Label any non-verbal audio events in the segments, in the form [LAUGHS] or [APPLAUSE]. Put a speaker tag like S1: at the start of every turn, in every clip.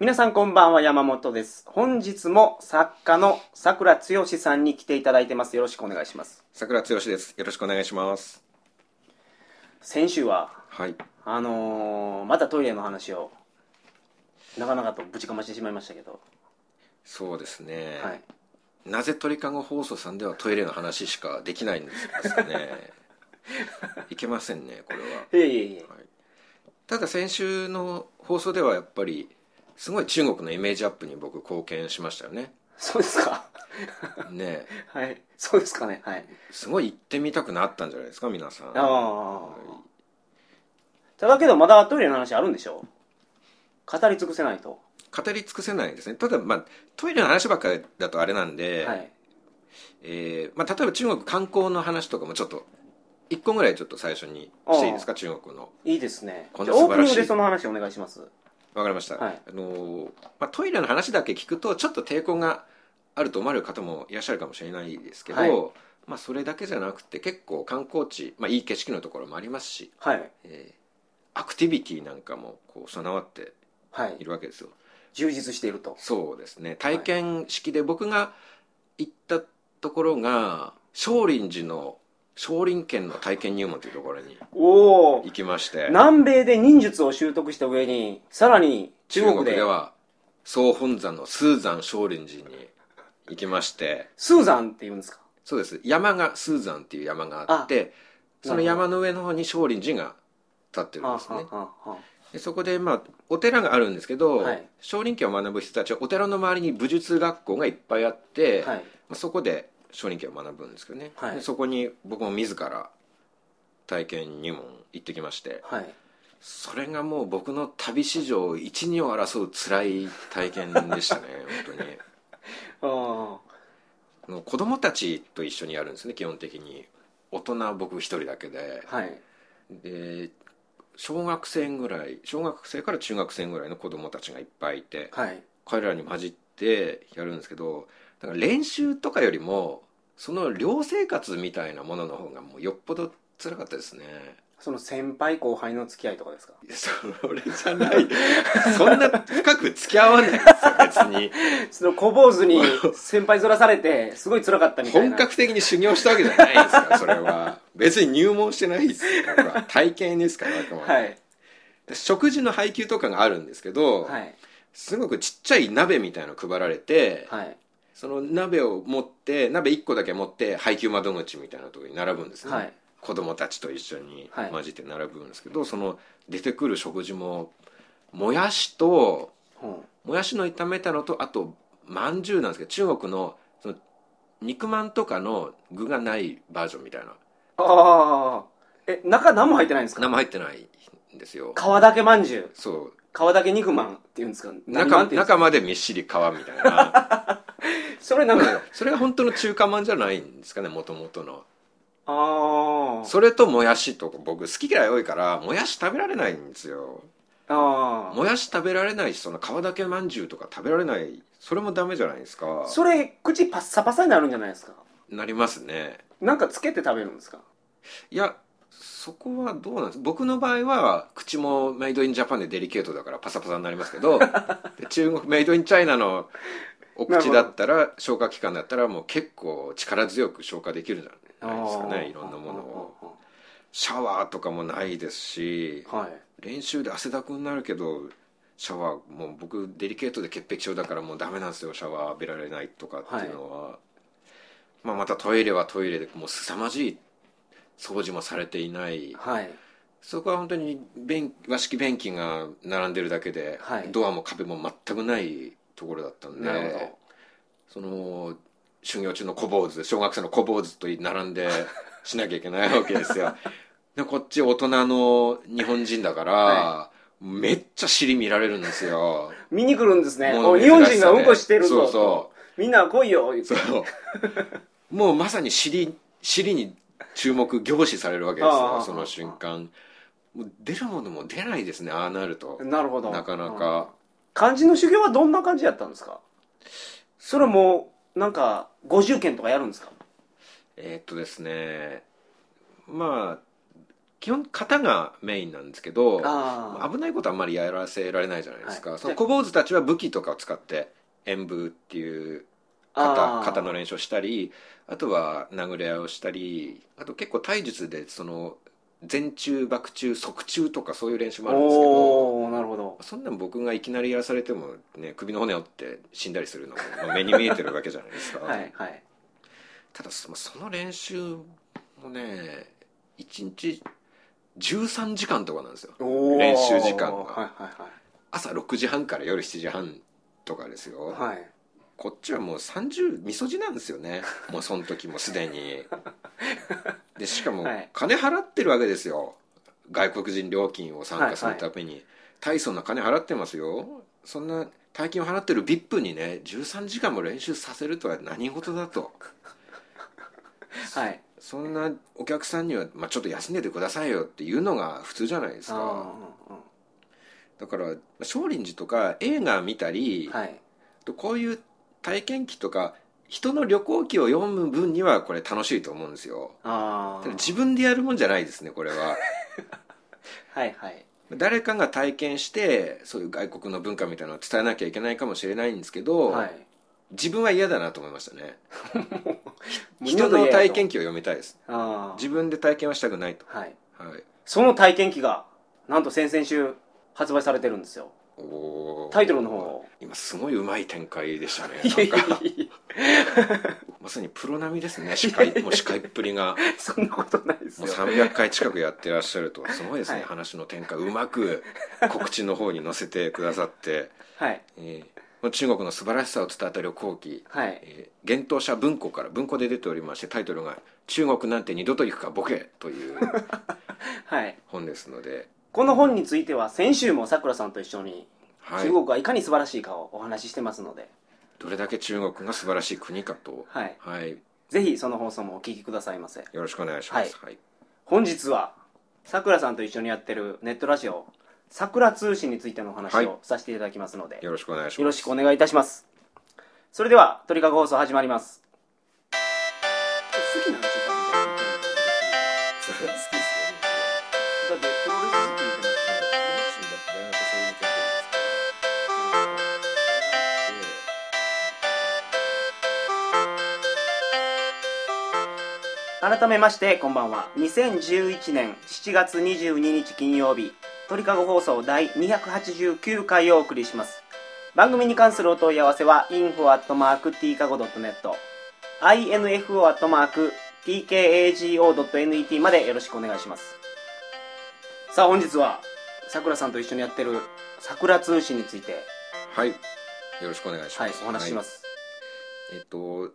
S1: 皆さんこんばんは、山本です。本日も作家の桜剛さんに来ていただいてます。よろしくお願いします。
S2: 桜剛ですよろしくお願いします
S1: 先週は、
S2: はい
S1: あのーまたトイレの話を、なかなかとぶちかましてしまいましたけど、
S2: そうですね、
S1: はい。
S2: なぜ鳥かご放送さんではトイレの話しかできないんですかね [LAUGHS] いけませんねこれはい
S1: えいえいえ、
S2: ただ先週の放送ではやっぱりすごい中国のイメージアップに僕貢献しましたよ [LAUGHS] ね
S1: そうですか。 [LAUGHS]
S2: ね
S1: はい。そうですかね。はい。
S2: すごい行ってみたくなったんじゃないですか皆さん
S1: ああ。ただけど、まだトイレの話あるんでしょ語り尽くせないと。
S2: 語り尽くせないですねただまあトイレの話ばっかりだとあれなんで、
S1: はい。
S2: えーまあ、例えば中国観光の話とかもちょっと1個ぐらいちょっと最初にしていいですか中国の
S1: いいですね。
S2: こん
S1: じ
S2: な
S1: ゃあオ
S2: 素
S1: ー
S2: 晴
S1: プ
S2: ら
S1: ニン
S2: しい
S1: グでその話お願いします。
S2: わかりました、
S1: はい
S2: あのーまあ、トイレの話だけ聞くとちょっと抵抗があると思われる方もいらっしゃるかもしれないですけど、
S1: はい
S2: まあ、それだけじゃなくて結構観光地、まあ、いい景色のところもありますし、
S1: はい。
S2: えーアクティビティなんかもこう備わって
S1: はいい。
S2: るわけですよ
S1: 充実していると。
S2: そうですね体験式で僕が行ったところが少林寺の少林拳の体験入門というところに
S1: おお
S2: 行きまして
S1: [LAUGHS] 南米で忍術を習得した上にさらに中
S2: 中
S1: 国
S2: 国
S1: で
S2: では総本山のスーザン少林寺に行きまして
S1: スーザンって言うんですか
S2: そうです山がスーザンっていう山があってその山の上の方に少林寺が立ってるんですね
S1: はあはあはあ
S2: でそこでまあお寺があるんですけど、
S1: はい
S2: 少林拳を学ぶ人たちはお寺の周りに武術学校がいっぱいあって、
S1: はい
S2: まあそこで少林拳を学ぶんですけどね、
S1: はい
S2: でそこに僕も自ら体験入門行ってきまして
S1: はい
S2: それがもう僕の旅史上一二を争う辛い体験でしたね本当に
S1: あ
S2: あの子供たちと一緒にやるんですね基本的に大人は僕一人だけで
S1: あはい
S2: で小学生ぐらい小学生から中学生ぐらいの子供たちがいっぱいいて
S1: はい
S2: 彼らに混じってやるんですけどだから練習とかよりもその寮生活みたいなものの方がもうよっぽど辛かったですね
S1: その先輩後輩の付き合いとかですか
S2: いやそれじゃないそんな深く付き合わないですよ別に
S1: その小坊主
S2: [LAUGHS]
S1: に先輩ずらされてすごい辛かったみたい
S2: 本
S1: な
S2: 格的に修行したわけじゃないですからそれは別に入門してないですよ僕は体験ですからあくまで
S1: はい
S2: で食事の配給とかがあるんですけど、
S1: はい
S2: すごくちっちゃい鍋みたいの配られて、
S1: はい
S2: その鍋を持って鍋1個だけ持って配給窓口みたいなところに並ぶんですね、
S1: はい
S2: 子供たちと一緒に
S1: はい
S2: 混じって並ぶんですけど、その出てくる食事ももやしと
S1: うん
S2: もやしの炒めたのとあとまんじゅうなんですけど中国のその肉まんとかの具がないバージョンみたいな
S1: ああえ中何も入ってないんですか
S2: 生入ってないんですよ
S1: 皮だけまんじゅう
S2: そう
S1: 皮だけ肉まんって言うんですか何まんっ
S2: 中
S1: て言うんですか
S2: 中までみっしり皮みたいな [LAUGHS]
S1: それなんか
S2: それが本当の中華まんじゃないんですかねもともとの
S1: ああ
S2: それともやしとか僕好き嫌い多いからもやし食べられないんですよ
S1: ああ
S2: もやし食べられないしその皮だけまんじゅうとか食べられないそれもダメじゃないですか
S1: それ口パッサパサになるんじゃないですか
S2: なりますね
S1: なんかつけて食べるんですか
S2: いやそこはどうなんです僕の場合は口もメイドインジャパンでデリケートだからパサパサになりますけどで中国メイドインチャイナのお口だったら消化器官だったらもう結構力強く消化できるんじゃないですかねいろんなものを。シャワーとかもないですし
S1: はい
S2: 練習で汗だくになるけどシャワーもう僕デリケートで潔癖症だからもうダメなんですよシャワー浴びられないとかっていうのは、まあ、またトイレはトイレでもう凄まじい掃除もされていない
S1: はい
S2: そこは本当に便和式便器が並んでるだけで、
S1: はい
S2: ドアも壁も全くないところだったんで
S1: なるほど
S2: その修行中の小坊主小学生の小坊主と並
S1: [LAUGHS]
S2: んでしなきゃいけないわけですよでこっち大人の日本人だから、
S1: は
S2: めっちゃ尻見られるんですよ
S1: 見に来るんですね
S2: も
S1: お
S2: う
S1: 日本人がうんこしてるぞ
S2: そうそ
S1: みんな来いよ言っ
S2: う
S1: て
S2: そうもうまさに尻尻に注目凝視されるわけで
S1: あ
S2: すよ
S1: あ
S2: その瞬間もう出るものも出ないですねああなると
S1: なるほど
S2: なかなか
S1: 漢字の修行はどんな感じやったんですかそれもなんか50件とかやるんですか
S2: えーっとですねまあ基本型がメインなんですけど
S1: あ
S2: 危ないことあんまりやらせられないじゃないですか、
S1: はい
S2: その小坊主たちは武器とかを使って演武っていう
S1: ああ
S2: 肩
S1: あ
S2: 肩の練習をしたりあとは殴り合いをしたりあと結構体術でその前中バク中側中とかそういう練習もあるんですけど
S1: おおーなるほど
S2: そんなん僕がいきなりやらされてもね首の骨折って死んだりするのもまあ目に見えてるわけじゃないですか、
S1: [LAUGHS] はいはい
S2: ただそのその練習もね1日13時間とかなんですよ
S1: おー
S2: 練習時間が
S1: はいはい
S2: 朝6時半から夜7時半とかですよ、
S1: はいはい
S2: こっちはもう30みそじなんですよ
S1: [LAUGHS]
S2: ねもうその時もすでにでしかも
S1: はい
S2: 金払ってるわけですよ外国人料金を参加するために、大層な金払ってますよそんな大金を払ってる VIP にね13時間も練習させるとは何事だと
S1: はい
S2: そんなお客さんには、まあ、ちょっと休んでてくださいよっていうのが普通じゃないです
S1: あ
S2: か
S1: ーうんうん
S2: だからまあ少林寺とか映画見たり、
S1: はい
S2: とこういう体験記とか人の旅行記を読む分にはこれ楽しいと思うんですよ
S1: あ
S2: た
S1: あ
S2: だ自分でやるもんじゃないですねこれは
S1: はいはい
S2: 誰かが体験してそういう外国の文化みたいなのを伝えなきゃいけないかもしれないんですけど、
S1: はい
S2: 自分は嫌だなと思いましたね
S1: もう
S2: 人
S1: 二度
S2: の
S1: とや
S2: 体
S1: ると
S2: 験記を読みたいです
S1: あ
S2: 自分で体験はしたくないと
S1: あはい
S2: はい
S1: その体験記がなんと先々週発売されてるんですよ
S2: おー
S1: タイトルの方を
S2: 今すごいうまい展開でしたね
S1: いやいや
S2: なんか
S1: いやいや
S2: まさにプロ並みですね司会もう司会っぷりが
S1: そんなことないです
S2: も
S1: よ
S2: う300回近くやってらっしゃるとはすごいです
S1: は
S2: ね、
S1: い
S2: 話の展開うまく告知の方に載せてくださって、
S1: はい
S2: えー中国の素晴らしさを伝えた旅行記「
S1: はい
S2: えー、幻冬者文庫」から文庫で出ておりましてタイトルが「中国なんて二度と行くかボケ」
S1: [LAUGHS]
S2: という
S1: はい
S2: 本ですので、
S1: この本については先週もさくらさんと一緒に
S2: はい
S1: 中、国がいかに素晴らしいかをお話ししてますので、
S2: どれだけ中国が素晴らしい国かと、
S1: はい、
S2: はい、
S1: ぜひその放送もお聞きくださいませ
S2: よろしくお願いします。はい
S1: 本日はさくらさんと一緒にやってるネットラジオ「さくら通信」についてのお話
S2: は
S1: をさせていただきますので、
S2: よろしくお願いします。
S1: よろしく
S2: [LAUGHS]
S1: お願いいたしますそれでは鳥かご放送始まります好きなんですよ
S2: 好きですよ
S1: だってプロレス好きって言ってますから改めましてこんばんは2011年7月22日金曜日鳥かご放送第289回をお送りします番組に関するお問い合わせは info.tkago.net info.tkago.net までよろしくお願いしますさあ本日はさくらさんと一緒にやってる「さくら通信」について、
S2: はい。よろしくお願いし
S1: は
S2: ま
S1: い
S2: す。、。
S1: お話ししますす、
S2: えっと、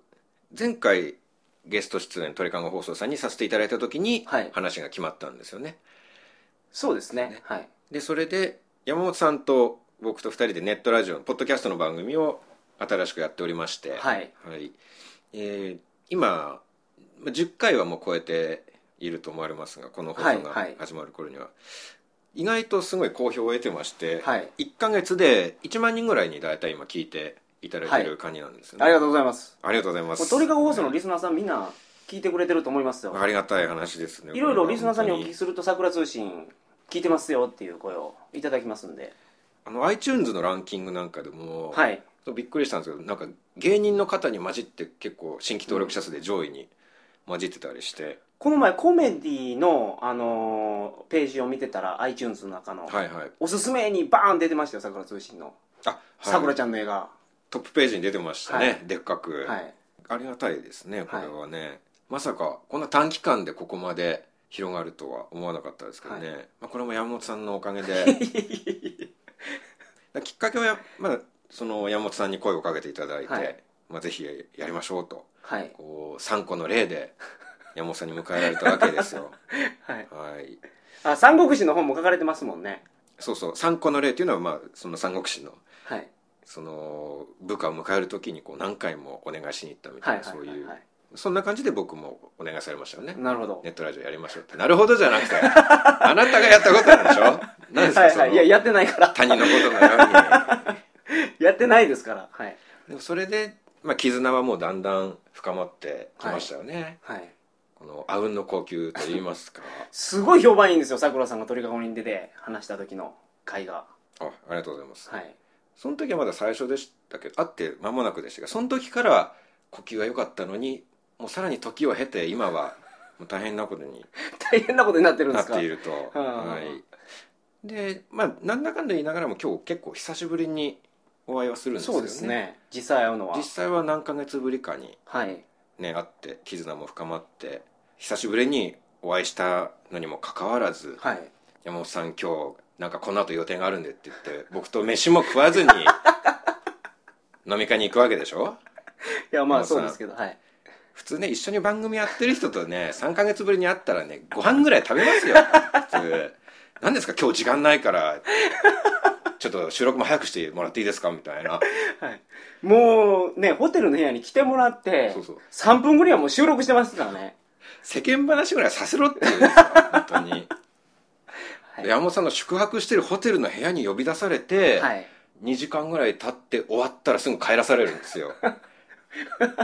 S2: 前回ゲスト出演鳥かご放送さんにさせていただいた時に
S1: はい
S2: 話が決まったんですよね。
S1: そうですね
S2: ね
S1: はい
S2: で、それで山本さんと僕と二人でネットラジオのポッドキャストの番組を新しくやっておりまして、
S1: はい
S2: えー今、まあ10回はもう超えていると思われますが、この放送
S1: はいは
S2: が
S1: い
S2: 始まる頃には。意外とすごい好評を得てまして、
S1: はい
S2: 1ヶ月で1万人ぐらいに大体今聞いていただいてる感じなんですよね、
S1: ありがとうございます
S2: ありがとうございま
S1: もう
S2: す
S1: 鳥かご放送のリスナーさんみんな聞いてくれてると思いますよ
S2: ありがたい話ですね
S1: いろいろリスナーさんにお聞き
S2: き
S1: すると「桜通信」聞いてますよっていう声をいただきますんで
S2: あの iTunes のランキングなんかでも、
S1: はい
S2: そうびっくりしたんですけどなんか芸人の方に混じって結構新規登録者数で上位に混じってたりして、
S1: この前コメディのあのーページを見てたら iTunes の中の、
S2: はいはい
S1: おすすめにバーン出てましたよ桜通信の
S2: あ、はい
S1: さくらちゃんの映画
S2: トップページに出てましたね、
S1: はい
S2: でっかく、
S1: はい
S2: ありがたいですねこれはね、まさかこんな短期間でここまで広がるとは思わなかったですけどね、まあ、これも山本さんのおかげで
S1: [LAUGHS]
S2: きっかけはや、まあ、その山本さんに声をかけていただいて、
S1: はい
S2: まあ、ぜひやりましょうと
S1: はい [LAUGHS]
S2: こう3個の例で [LAUGHS] 山本さんに迎えられたわけですよ
S1: はい
S2: はい
S1: あ三国志の本も書かれてますもんね
S2: そうそう3個の例というのは、まあ、その三国志の
S1: はい
S2: その部下を迎える時にこう何回もお願いしに行ったみた
S1: はいい
S2: な、
S1: はい
S2: そう
S1: はいいうはい
S2: そんな感じで僕もお願いされましたよね
S1: なるほど
S2: ネットラジオやりましょうってなるほどじゃなくてあなたがやったことなんで
S1: [LAUGHS]
S2: しょ何ですか、
S1: はい
S2: その
S1: はいいややってないから
S2: 他人のことのよう
S1: やってないですからはい
S2: にでもそれで、まあ、絆はもうだんだん深まってきましたよね、
S1: はい
S2: このあうんの呼吸と言いま
S1: [LAUGHS]
S2: すか
S1: すごい評判いいんですよさくらさんが鳥かごに出て話した時の回が
S2: あありがとうございます、
S1: はい
S2: その時はまだ最初でしたけど会って間もなくでしたがその時から呼吸が良かったのにもうさらに時を経て今はもう大変なことに
S1: 大変なことになってるんで
S2: な
S1: す
S2: っ
S1: か
S2: ていると、
S1: [LAUGHS] あ
S2: はい、でまあなんだかんだ言いながらも今日結構久しぶりにお会いはするんですよね
S1: そうですね実際会うのは
S2: 実際は何ヶ月ぶりかに
S1: はい
S2: ね会って絆も深まって久しぶりにお会いしたのにもかかわらず
S1: はい
S2: 山本さん今日なんかこの後予定があるんでって言って僕と飯も食わずに飲み会に行くわけでしょ
S1: いやま
S2: も
S1: あ
S2: うさ
S1: そうですけどはい
S2: 普通ね一緒に番組やってる人とね3ヶ月ぶりに会ったらねご飯ぐらい食べますよ普通何ですか今日時間ないからちょっと収録も早くしてもらっていいですかみたいな
S1: はいもうねホテルの部屋に来てもらって
S2: そうそう
S1: 3分ぐらいはもう収録してますからね
S2: 世間話ぐらいさせろって
S1: [LAUGHS]
S2: 言うんですよ本当に、
S1: はい
S2: で山本さんの宿泊してるホテルの部屋に呼び出されて、
S1: はい
S2: 2時間ぐらい経って終わったらすぐ帰らされるんで
S1: [LAUGHS]
S2: すよ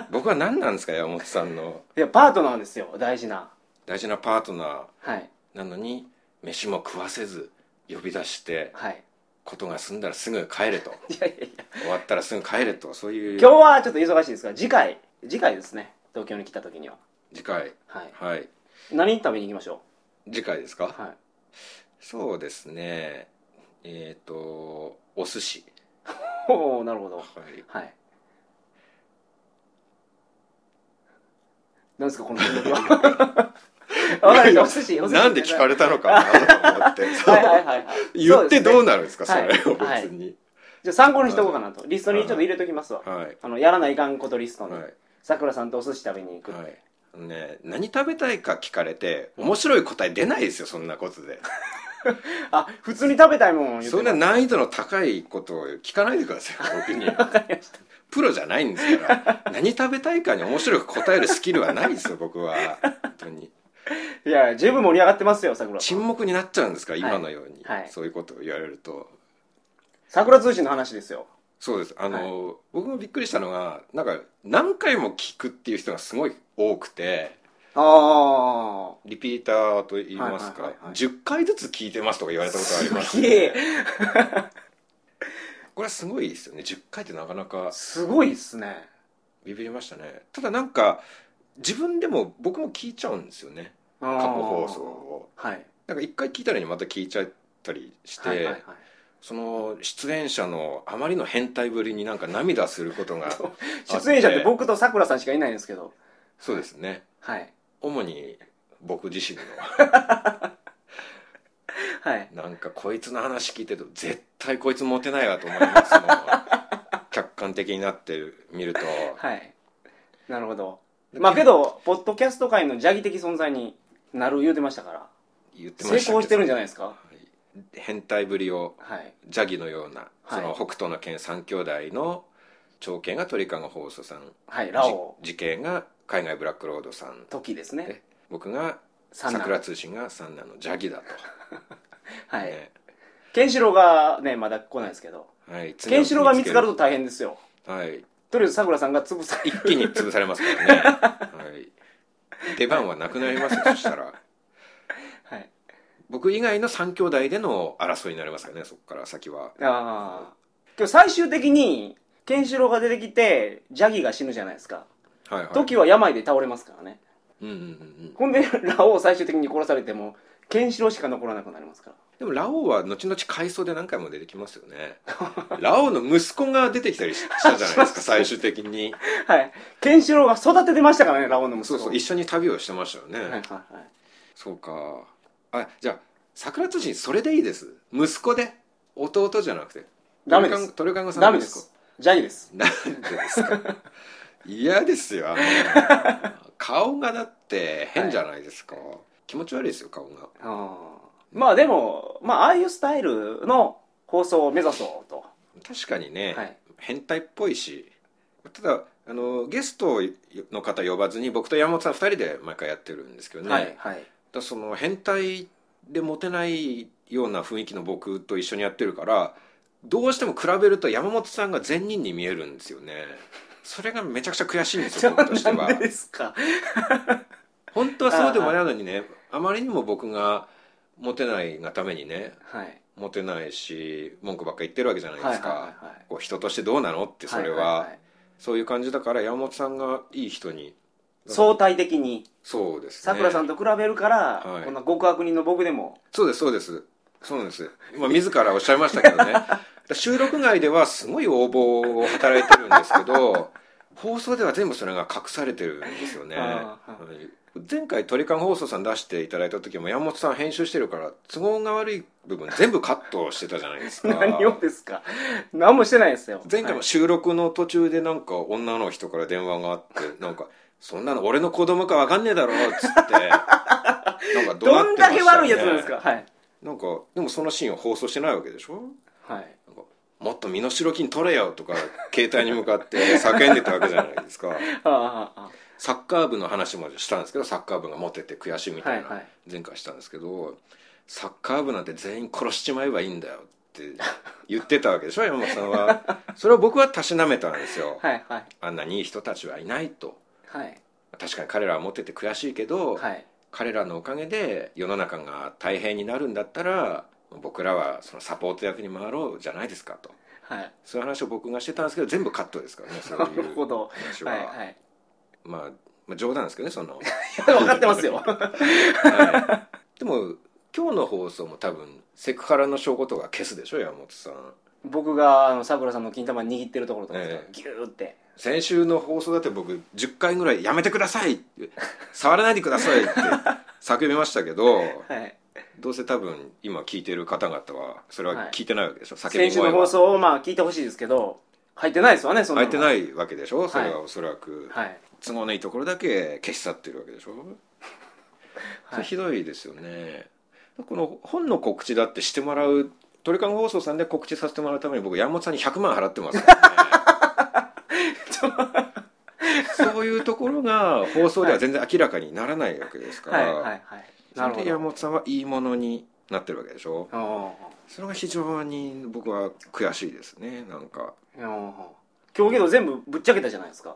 S2: 僕は何なんですか山本さんの
S1: いやパートナーですよ大事な
S2: 大事なパートナー
S1: はい
S2: なのに飯も食わせず呼び出して
S1: はい
S2: ことが済んだらすぐ帰れと
S1: いやいやいや
S2: 終わったらすぐ帰れとそういう
S1: 今日はちょっと忙しいですから次回次回ですね東京に来た時には
S2: 次回
S1: はい
S2: はい
S1: 何食べに行きましょ
S2: 次回です
S1: う
S2: か
S1: はい
S2: そうですねえっ、とお寿司
S1: おおなるほど
S2: はい
S1: はいなんですかこの辺はわかりましたお寿司お寿司
S2: なんで聞かれたのかなと思って
S1: はいはいはいはい
S2: 言ってどう
S1: な
S2: なるんですかそ
S1: はい
S2: れを別に
S1: じゃあ参考にしておこうかなとリストにちょっと入れときますわ
S2: はい
S1: あのやらないかんことリストに
S2: はい
S1: さくらさんとお寿司食べに行く
S2: はいあのね、何食べたいか聞かれて面白い答え出ないですよそんなことで
S1: あ普通に食べたいもんを言って
S2: そん
S1: ます
S2: な難易度の高いことを聞かないでください僕
S1: [LAUGHS]
S2: にプロじゃないんですから何食べたいかに面白く答えるスキルはないですよ僕は本当に
S1: いや十分盛り上がってますよさくら
S2: 沈黙になっちゃうんですから今のように、
S1: はい
S2: そういうことを言われると
S1: さくら通信の話ですよ
S2: そうですあの、僕もびっくりしたのがなんか何回も聞くっていう人がすごい多くて
S1: ああ
S2: リピーターと言いますか、
S1: はいはいはいはい
S2: 10回ずつ聞いてますとか言われたことあります
S1: すげえ
S2: これはすごいですよね10回ってなかなか
S1: すごいっすね
S2: ビビりましたねただなんか自分でも僕も聞いちゃうんですよね
S1: 過去
S2: 過去放送を
S1: はい
S2: なんか一回聞いたのにまた聞いちゃったりして、
S1: はいはいはい
S2: その出演者のあまりの変態ぶりになんか涙することが
S1: [LAUGHS] 出演者って僕とさくらさんしかいないんですけど
S2: そうですね
S1: はい
S2: 主に僕自身
S1: はい
S2: のなんかこいつの話聞いてると絶対こいつモテないわと思いますもん客観的になってみると
S1: はいなるほどまあけどポッドキャスト界の邪気的存在になる言うてましたから
S2: 言ってま
S1: 成
S2: したけど
S1: 功してるんじゃないですか
S2: 変態ぶりを
S1: はい
S2: ジャギのような、
S1: はい
S2: その北斗の拳三兄弟の長剣が鳥かご放送さん
S1: はいラオ
S2: じ事件が海外ブラックロードさん
S1: 時ですね
S2: で僕が
S1: 三男
S2: 桜通信が三男のジャギだと、
S1: はい
S2: ね
S1: ケンシロウがねまだ来ないですけど
S2: はい、
S1: ケンシロウが見つかると大変ですよ
S2: と、はい、
S1: とりあえずさくらさんが潰され
S2: 一気に潰されますからね、はい、出番はなくなりますよそしたら
S1: はい
S2: 僕以外の三兄弟での争いになりますからねそこから先は
S1: ああ今日最終的にケンシロウが出てきてジャギが死ぬじゃないですか
S2: はいはい
S1: 時は病で倒れますからね
S2: うんうんうんうん
S1: ほんでラオウを最終的に殺されてもケンシロウしか残らなくなりますから
S2: でもラオウは後々回想で何回も出てきますよね [LAUGHS] ラオウの息子が出てきたりしたじ
S1: [LAUGHS]
S2: ゃないですか最終的に
S1: はい。ケンシロウが育ててましたからね、ラオウの息
S2: そ
S1: 子。
S2: うそう一緒に旅をしてましたよね、
S1: はいはいはい。
S2: そうかあじゃあ桜通信それでいいです息子で弟じゃなくて
S1: ダメです
S2: トルカンゴさん
S1: ダメです。ジャギです。
S2: なんでです
S1: [LAUGHS]
S2: か嫌ですよあの顔がだって変じゃないですか、気持ち悪いですよ顔が
S1: あーまあでも、まあああいうスタイルの放送を目指そうと。
S2: 確かにね、
S1: はい
S2: 変態っぽいしただあのゲストの方呼ばずに僕と山本さん2人で毎回やってるんですけどね、
S1: はいはい。
S2: だその変態でモテないような雰囲気の僕と一緒にやってるからどうしても比べると山本さんが善人に見え
S1: [LAUGHS]
S2: るんですよねそれがめちゃくちゃ悔しいんです
S1: じゃ
S2: よ
S1: あ
S2: 僕として
S1: な
S2: は
S1: んでですか
S2: 本当はそうでもないのにねあまりにも僕がモテないがためにね
S1: はい
S2: モテないし文句ばっか言ってるわけじゃないですか、
S1: はいはいはいはい
S2: こう人としてどうなのってそれは,、
S1: いいい
S2: そういう感じだから山本さんがいい人に
S1: 相対的に
S2: そうですね
S1: さくらさんと比べるから、
S2: はい
S1: こんな極悪人の僕でも
S2: そうですそうですそうなんです今自らおっしゃいましたけどね
S1: [LAUGHS]
S2: 収録外ではすごい横暴を働いてるんです
S1: [LAUGHS]
S2: けど放送では全部それが隠されてるんですよね
S1: あーは
S2: 前回鳥ン放送さん出していただいた時も山本さん編集してるから都合が悪い部分全部カットしてたじゃないですか
S1: 何をですか何もしてないですよ
S2: 前回も収録の途中でなんか女の人から電話が
S1: [LAUGHS]
S2: あってなんか「そんなの俺の子供かわかんねえだろ」っつってなんか怒
S1: ど
S2: 鳴
S1: ん
S2: っ
S1: だ
S2: てましたよね
S1: け悪いやつなんですかはい、
S2: なんかでもそのシーンを放送してないわけでしょ
S1: はい、
S2: なんかもっと身代金取れよとか携帯に向かって叫んでたわけじゃないで
S1: [LAUGHS]
S2: すか
S1: あああ
S2: サッカー部の話もしたんですけどサッカー部がモテて悔しいみた
S1: は
S2: い
S1: いは
S2: ない前回したんですけど、サッカー部なんて全員殺しちまえばいいんだよって言ってたわけでしょ山本さんはそれを僕はたしなめたんですよ、
S1: あはいはい
S2: あんなにいい人たちはいないと
S1: はい
S2: 確かに彼らはモテて悔しいけど、
S1: はい
S2: 彼らのおかげで世の中が大変になるんだったら僕らはそのサポート役に回ろうじゃないですかと
S1: はい
S2: そういう話を僕がしてたんですけど全部カットで
S1: [LAUGHS]
S2: すからねそう
S1: ないる
S2: う
S1: ほど
S2: 話は、
S1: はいはい
S2: まあ、まあ冗談ですけどね
S1: [LAUGHS]
S2: その、
S1: 分かってますよ
S2: はい、でも今日の放送も多分セクハラの証拠とか消すでしょ山本さん
S1: 僕があのさくらさんの金玉握ってるところとかですか
S2: ええ
S1: ギューって
S2: 先週の放送だって僕10回ぐらい「やめてください!」って「触らないでください!」って叫びましたけど
S1: はい
S2: どうせ多分今聞いてる方々はそれは聞いてないわけでしょ、叫び
S1: 先週の
S2: 声
S1: 放
S2: は
S1: 送をまあ聞いてほしいですけど入ってないですわねそんな
S2: 入
S1: の
S2: ってないわけでしょそれは
S1: は
S2: おそらく、
S1: はい
S2: 都合のいいところだけ消し去ってるわけでしょ、そ
S1: は
S2: れ
S1: い
S2: ひどいですよねこの本の告知だってしてもらう鳥かご放送さんで告知させてもらうために僕山本さんに100万払ってますから
S1: [LAUGHS]
S2: ねそういうところが放送では全然明らかにならないわけですから、
S1: はいはいはいなる
S2: それ
S1: ほ
S2: で山
S1: ど
S2: 本さんはいいものになってるわけでしょ
S1: お
S2: それが非常に僕は悔しいですねなんか
S1: ーおー今日けど全部ぶっちゃけたじゃないですか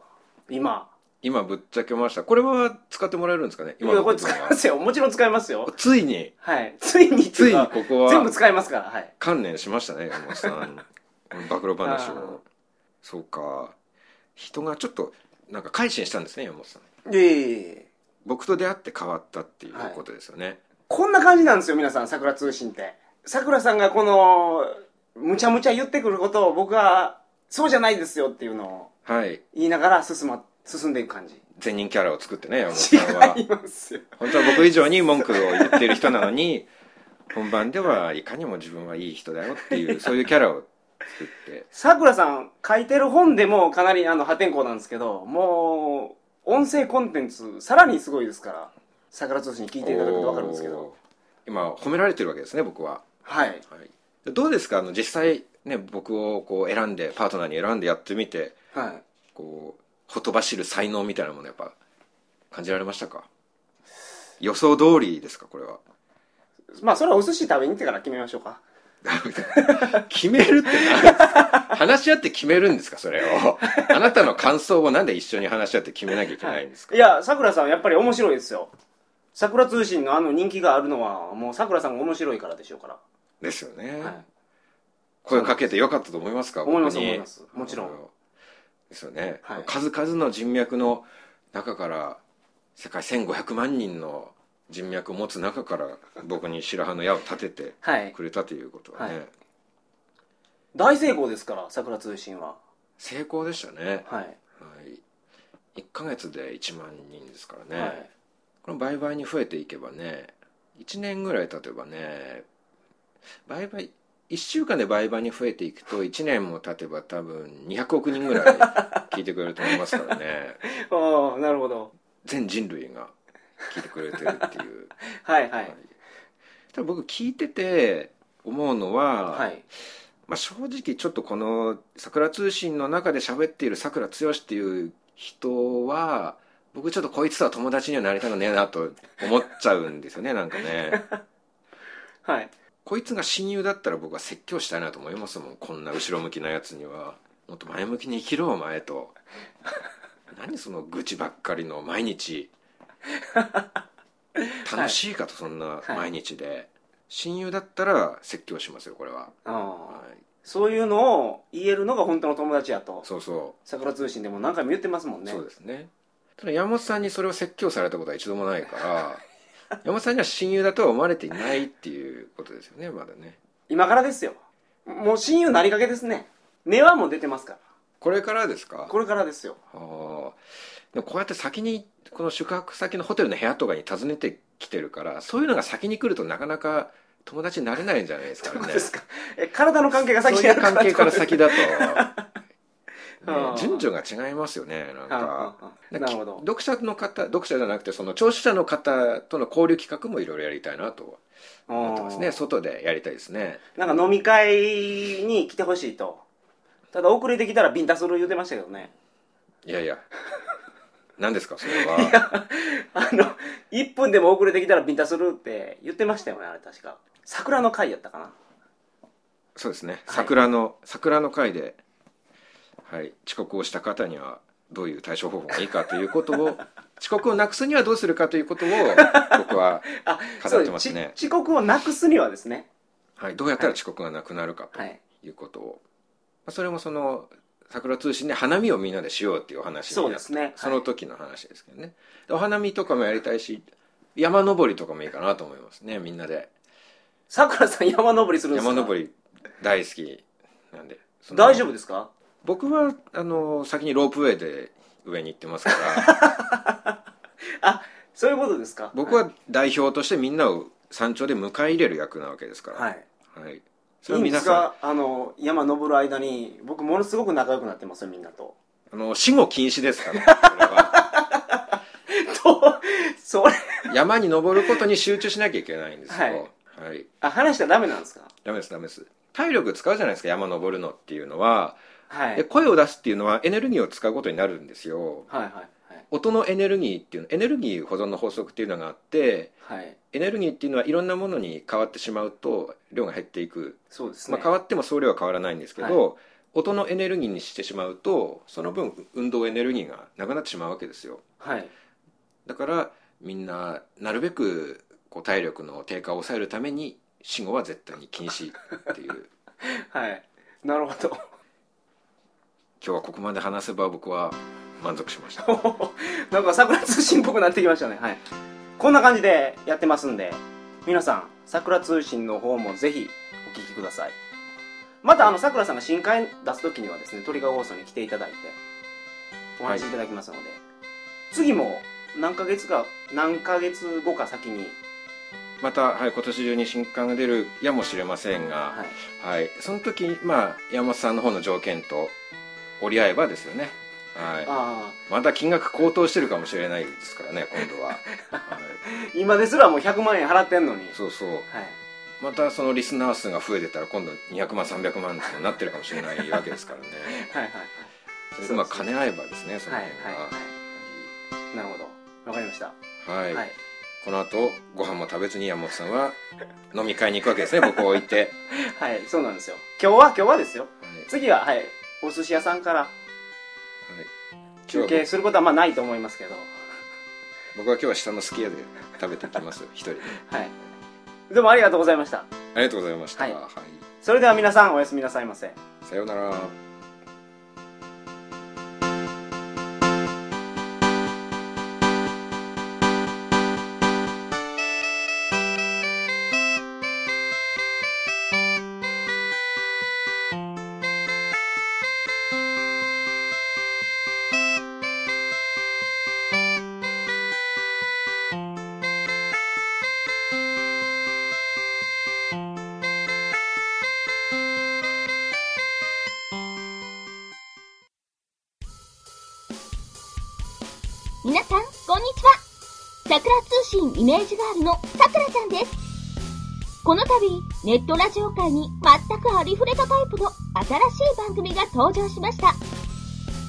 S1: 今
S2: 今ぶっちゃけましたこれは使ってもらえるんですかね今
S1: いや
S2: の
S1: こ
S2: こ
S1: れ
S2: と
S1: 使い
S2: は
S1: ますよもちろん使いますよ
S2: ついに
S1: はいついにって
S2: つ
S1: う
S2: いに
S1: か
S2: ここは
S1: 全部使いますからはい
S2: 観念しましたね山本さん暴露話
S1: あー
S2: をそうか人がちょっとなんか改心したんですね山本さん
S1: いえいえいえ
S2: 僕と出会って変わったっていうことですよね、
S1: こんな感じなんですよ皆さん桜通信って桜さんがこのむちゃむちゃ言ってくることを僕はそうじゃないですよっていうのを
S2: はい、
S1: 言いながら進,、ま、進んでいく感じ
S2: 善人キャラを作ってね山本さんは
S1: 違いますよ
S2: 本当は僕以上に文句を言ってる人なのに本番ではいかにも自分はいい人だよっていうそういうキャラを作って
S1: さくらさん書いてる本でもかなりあの破天荒なんですけどもう音声コンテンツさらにすごいですから桜通信聞いていただくと分かるんですけど
S2: おー今褒められてるわけですね僕は、
S1: はい
S2: はい、どうですかあの実際ね僕をこう選んでパートナーに選んでやってみて
S1: はい
S2: こうほとばしる才能みたいなものやっぱ感じられましたか予想通りですかこれは
S1: まあそれはお寿司食べに行ってから決めましょうか
S2: [LAUGHS] 決めるって何ですか [LAUGHS] 話し合って決めるんですかそ
S1: [LAUGHS]
S2: れをあなたの感想をなんで一緒に話し合って決めなきゃいけないんですか、
S1: いやさくらさんやっぱり面白いですよ桜通信のあの人気があるのはもうさくらさんが面白いからでしょうから
S2: ですよね、
S1: はい
S2: 声かけてよかったと思いますか
S1: 思います
S2: 僕に
S1: 思いますもちろん
S2: あのですよね、
S1: はい
S2: 数々の人脈の中から世界1500万人の人脈を持つ中から僕に白羽の矢を立てて
S1: はい
S2: くれたということはね、
S1: はい大成功ですから桜通信は
S2: 成功でしたね、
S1: はい、
S2: はい、1ヶ月で1万人ですからね、
S1: はい
S2: この倍々に増えていけばね1年ぐらい経てばね倍々1週間で倍々に増えていくと1年も経てば多分200億人ぐらい聞いてくれると思いますから
S1: [LAUGHS]
S2: ね
S1: ああなるほど
S2: 全人類が聞いてくれてるっていう、
S1: はいはい
S2: ただ僕聞いてて思うのは、
S1: はい
S2: まあ、正直ちょっとこの「桜通信」の中で喋っているさくら剛っていう人は僕ちょっとこいつとは友達にはなりたくねえなと思っちゃうんですよねなんかね。
S1: はい
S2: こいつが親友だったら僕は説教したいなと思いますもんこんな後ろ向きなやつにはもっと前向きに生きろお前と何その愚痴ばっかりの毎日楽しいかとそんな毎日で、親友だったら説教しますよこれは、
S1: あ
S2: は
S1: あ
S2: い、
S1: そういうのを言えるのが本当の友達やと
S2: そうそ
S1: 桜通信でも何回も言ってますも
S2: うん
S1: ね
S2: そうですねただ山本さんにそれを説教されたことは一度もないから山本さんには親友だとは思われていないっていうことですよねまだね
S1: 今からですよもう親友なりかけですね根はもう出てますか
S2: これからですから
S1: これからですよ
S2: ああでもこうやって先にこの宿泊先のホテルの部屋とかに訪ねてきてるからそういうのが先に来るとなかなか友達になれないんじゃないですか
S1: ど
S2: ね
S1: こですかえ体の関係が
S2: そう
S1: 先
S2: いう関係から先
S1: だ
S2: だと、ね
S1: [LAUGHS] あー
S2: 順序が違いますよねなん
S1: [LAUGHS]
S2: か
S1: なるほど
S2: 読者の方読者じゃなくてその聴取者の方との交流企画もいろいろやりたいなと思ってますね外でやりたいですね
S1: うんなんか飲み会に来てほしいとただ遅れてきたらビンタする言うてましたけどね [LAUGHS]
S2: いやいや何ですかそ
S1: [LAUGHS]
S2: れは
S1: あの1分でも遅れてきたらビンタするって言ってましたよねあれ確か桜の会やったかな
S2: そうですね桜の、桜の会で、はい、遅刻をした方にはどういう対処方法がいいかということ
S1: [LAUGHS]
S2: を遅刻をなくすにはどうするかということを僕は、
S1: あ
S2: 飾ってますね
S1: そうち遅刻をなくすにはですね
S2: はい、どうやったら遅刻がなくなるかと
S1: はい
S2: いうことを、まあそれもその桜通信で花見をみんなでしようっていうお話にな
S1: そうですね
S2: その時の話ですけどね、でお花見とかもやりたいし山登りとかもいいかなと思いますねみんなで
S1: さくらさん山登りするんですか
S2: 山登り大好きなんでその
S1: 大丈夫ですか
S2: 僕はあの先にロープウェイで上に行ってますから
S1: [LAUGHS] そういうことですか
S2: 僕は代表としてみんなを山頂で迎え入れる役なわけですから
S1: はい、
S2: い、はい、そ
S1: いい
S2: れは
S1: んで
S2: 皆
S1: す
S2: さ
S1: かあの山登る間に僕ものすごく仲良くなってますよみんなと [LAUGHS]
S2: んあの死後禁止ですからこれは
S1: とそれ
S2: 山に登ることに集中しなきゃいけないんですよはい、
S1: あ話したらダメなんですか
S2: ダメですダメです体力使うじゃないですか山登るのっていうのは、
S1: はい
S2: で声を出すっていうのはエネルギーを使うことになるんですよ
S1: はいはい
S2: 音のエネルギーっていうのエネルギー保存の法則っていうのがあって
S1: はいはい
S2: エネルギーっていうのはいろんなものに変わってしまうと量が減っていく、
S1: そうですね、
S2: まあ、変わっても総量は変わらないんですけど、音のエネルギーにしてしまうとその分運動エネルギーがなくなってしまうわけですよ
S1: はい
S2: だからみんななるべくこう体力の低下を抑えるために死後は絶対に禁止っていう
S1: はいなるほど [LAUGHS]
S2: 今日はここまで話せば僕は満足し
S1: [LAUGHS]
S2: ました
S1: なんか桜通信っぽくなってきましたねはいこんな感じでやってますんで皆さん桜通信の方もぜひお聞きくださいまたあの桜さんが新刊出す時にはですね鳥川放送に来ていただいてお話しいただきますので、次も何ヶ月か何ヶ月後か先に、
S2: また、はい、今年中に新刊が出るやもしれませんが、
S1: はい、
S2: はい、その時、まあ、山本さんの方の条件と折り合えばですよね、は
S1: ああ
S2: い、また金額高騰してるかもしれないですからね今
S1: [LAUGHS]
S2: 度は、はい、
S1: 今ですらもう100万円払ってんのに
S2: そうそう
S1: はい
S2: またそのリスナー数が増えてたら今度200万300万ってなってるかもしれないわけですからね
S1: はいはい
S2: [LAUGHS] それでまあ兼ね合えばですねその
S1: はいはい
S2: 辺
S1: はいはいなるほどわかりました
S2: ははい、
S1: はい
S2: この後ご飯も食べずに山本さんは飲み会に行くわけですね僕を置い [LAUGHS] て、
S1: はい、そうなんですよ。今日は、今日はですよ。
S2: はい
S1: 次は、はい、お寿司屋さんから
S2: はい
S1: 中継することはまあないと思いますけど。
S2: 僕は今日は下のすき家で食べてきますよ一人で
S1: はい。どうもありがとうございました。
S2: ありがとうございました、
S1: はい
S2: はい、
S1: それでは皆さんおやすみなさいませ。
S2: さようなら
S3: 皆さん、こんにちは。桜通信イメージガールの桜ちゃんです。この度、ネットラジオ界に全くありふれたタイプの新しい番組が登場しました。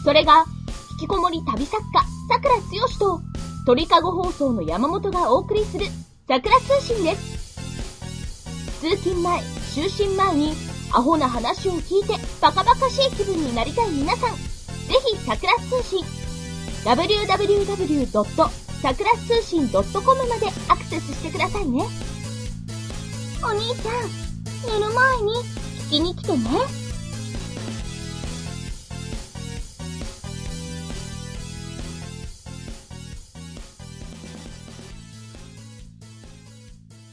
S3: それが、引きこもり旅作家、桜つよしと、鳥かご放送の山本がお送りする、桜通信です。通勤前、就寝前に、アホな話を聞いて、バカバカしい気分になりたい皆さん、ぜひ桜通信、www.tsushi-radio.net さくら通信 .com までアクセスしてくださいね。お兄ちゃん、寝る前に聞きに来てね。